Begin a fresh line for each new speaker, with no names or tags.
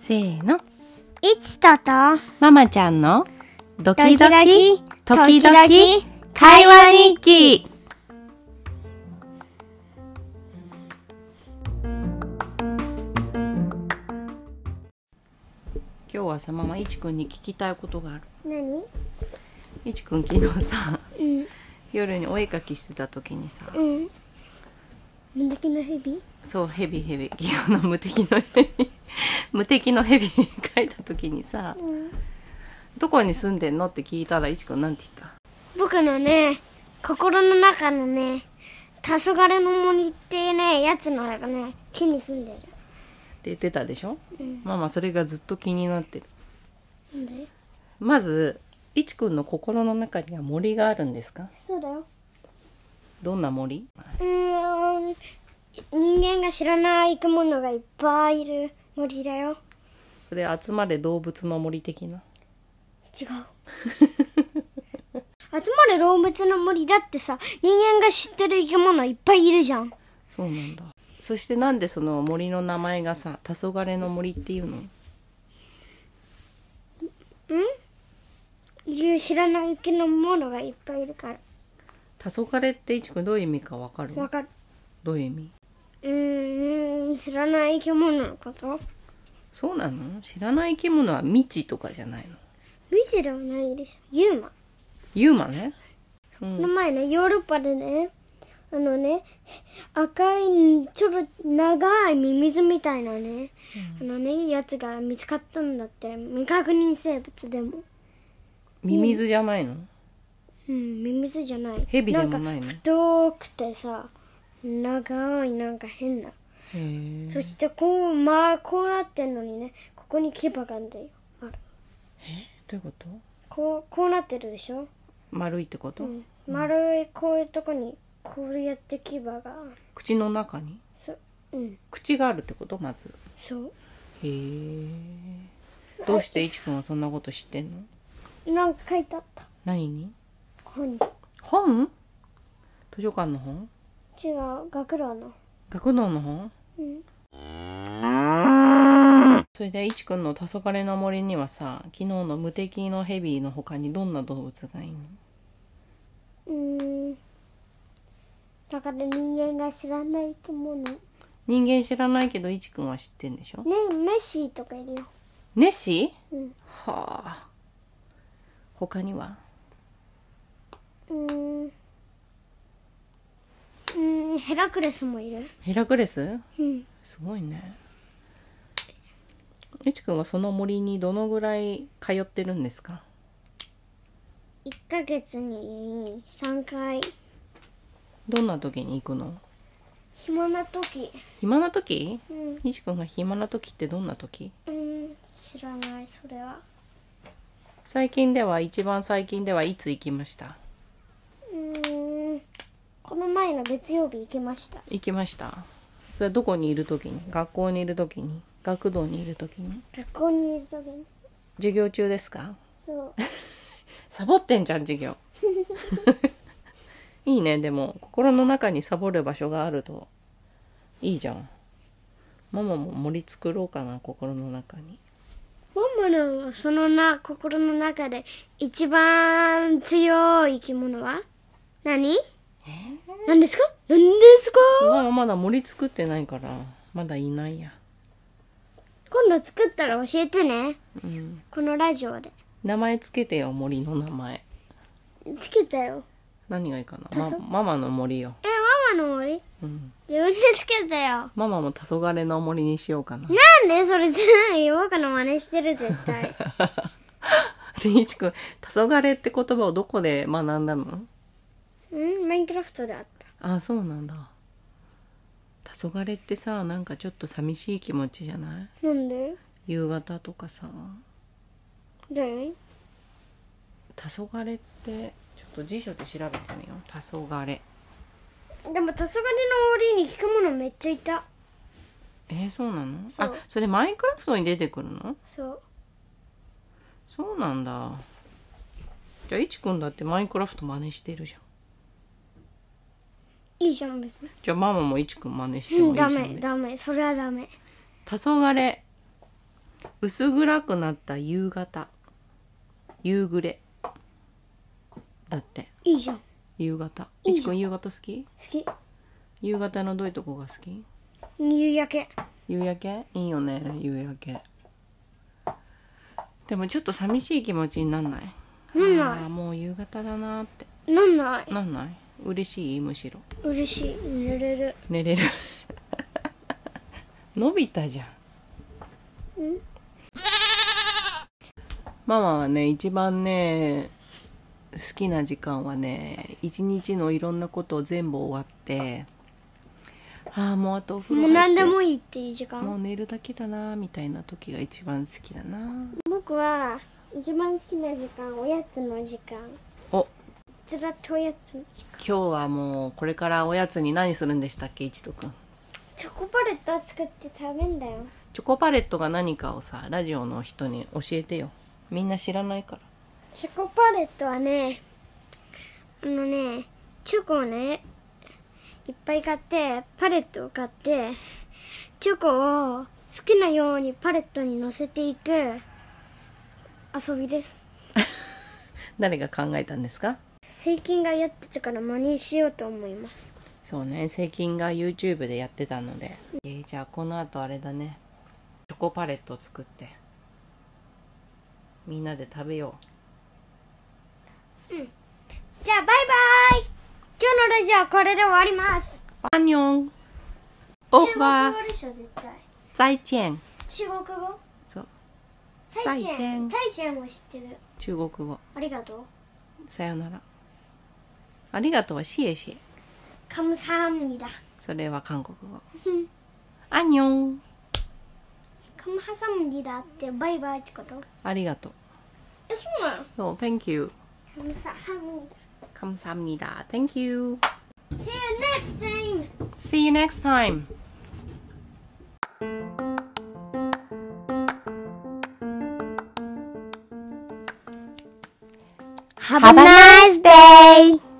せーの。
いちとと、
ママちゃんのドキド
ド
キ、時
キドキ
々、会話日記。今日はさ、ママ、いちくんに聞きたいことがある。
何
いちくん、昨日さ、
うん、
夜にお絵描きしてた時にさ、
うん。無敵のヘビ
そう、ヘビヘビ、昨日の無敵のヘビ、 無敵のヘビ描いた時にさ、
うん。
どこに住んでんのって聞いたら、いちくんなんて言った
僕のね、心の中のね、黄昏の森ってね、やつのね、木に住んでる。
って言ってたでしょ、ママそれがずっと気になってる
なんで
まずいちくんの心の中には森があるんですか
そうだよ。
どんな森
うーん、人間が知らない生き物がいっぱいいる森だよ。
それ集まれ動物の森的な
違う集まる動物の森だってさ人間が知ってる生き物いっぱいいるじゃん
そうなんだそしてなんでその森の名前がさ「黄昏の森」っていうの
いる知らない生き物がいっぱいいるから
黄昏っていちくんどういう意味かわかる
わかる
どういう意味
うーん知らない生き物のこと
そうなの知らない生き物は未知とかじゃないの
未知ではないでしょユーマ
ユーマねう
この
ん
前ねヨーロッパでねあのね赤いちょろ長いミミズみたいなね、あのねやつが見つかったんだって未確認生物でも
ミミズじゃないの
うん、ミミズじゃない。
ヘビでもないの
んか太くてさ、長いなんか変な。
へえ
そしてこう、まあこうなってんのにね、ここに牙がんであ
ど
る。
ういうこと
こう、こうなってるでしょ
丸いってこと、
うん。丸いこういうとこに、こうやって牙がある。
口の中に
そ、うん、
口があるってことまず
そ
へえどうしていちくんはそんなこと知ってんの
う。なんか書いてあった。
何に
ここに。
本図書館の本
違う、学童の。
学童の本
うん。
それでいちくんの「黄昏の森」にはさ昨日の「無敵のヘビ」の他にどんな動物がいるの
うーん。だから人間が知らない生き物。ね
人間知らないけどいちくんは知ってんでしょ
メッシーとかいるよ。
ネッシー
うん。
はあ他には
うーんうーんヘラクレスもいる
ヘラクレス
うん
すごいねいちくんはその森にどのぐらい通ってるんですか
1ヶ月に3回
どんな時に行くの
暇な時
暇な時
うんう
いちくんが暇な時ってどんな時
ーん知らないそれは
最近では一番最近ではいつ行きました
うーんこの前の月曜日行きました
行きましたそれはどこにいる時に学校にいる時に学童にいる時に
学校にいる時に
授業中ですか
そう
サボってんじゃん授業 いいねでも心の中にサボる場所があるといいじゃんママも森作ろうかな心の中に
モンモのそのな心の中で一番強い生き物は何何ですか何ですか
ママまだ森作ってないからまだいないや、
今度作ったら教えてね
うん、
このラジオで
名前つけてよ森の名前
つけたよ
何がいいかな、ま、ママの森よ、
えママの森
うん、
自分でつけたよ
ママも黄昏の森にしようかな
なんでそれじゃない僕の真似してる絶 対
でいちくん「黄昏って言葉をどこで学んだの
うんマインクラフトであった
あそうなんだ黄昏ってさなんかちょっと寂しい気持ちじゃない
なんで
夕方とかさ
だよ
黄昏ってちょっと辞書で調べてみよう黄昏
でも黄昏の森に聞くものめっちゃいた
えー、そうなの
そう
あそれマインクラフトに出てくるの
そう
そうなんだじゃあいちくんだってマインクラフト真似してるじゃん
いいじゃん別に
じゃあママもいちくん真似してもい
うん
いじゃ
ダ
ん
メ
別に
ダメそれはダメ
黄昏薄暗くなった夕方夕暮れだって
いいじゃん好
夕方
い
い
い
ち
じ
く
ゃん
ん夕方好き
き
夕方のどういうとこが好き
夕焼け
夕焼けいいよね夕焼けでもちょっと寂しい気持ちになんない
なんない
あーもう夕方だなーって
なんない
なんない嬉しいむしろ
嬉しい寝れる
寝れる 伸びたじゃん
うん
ママはね一番ね好きな時間はね一日のいろんなことを全部終わってああもうあとお風呂
も
入
う
って
何でもいいっていい時
もう
間
寝るだけだなみたいな時が一番好きだな
僕は一番好きな時間おやつの時間
お
ずらっとおやつ
今日はもうこれからおやつに何するんでしたっけ一とくん
チョコパレットを作って食べんだよ
チョコパレットが何かをさラジオの人に教えてよみんな知らないから
チョコパレットはねあのねチョコをねいっぱい買ってパレットを買ってチョコを好きなようにパレットに乗せていく遊びです
誰が考えたんですか
最近がやってたから真似しようと思います
そうね最近が YouTube でやってたので、えーじゃあこの後あれだねチョコパレットを作ってみんなで食べよ
じゃあバイバイ今日のラジオはこれで終わります
うアンニョンオ
中
フ
国
ァー
語でしょ絶対
再见
中国語
そう
サイチ
サイチ
ェ
ェ
ン
ン
サイチェンを知ってる
中国語
ありがとう
さよならありがとうはシエシエ
カムサハムだ
それは韓国語アンニョン
カムハサムリだってバイバイってこと
ありがとう
えそうなの
そう Thank you
カムサハム
감사합니다 Thank you
See you next time
See you next time
Have a nice day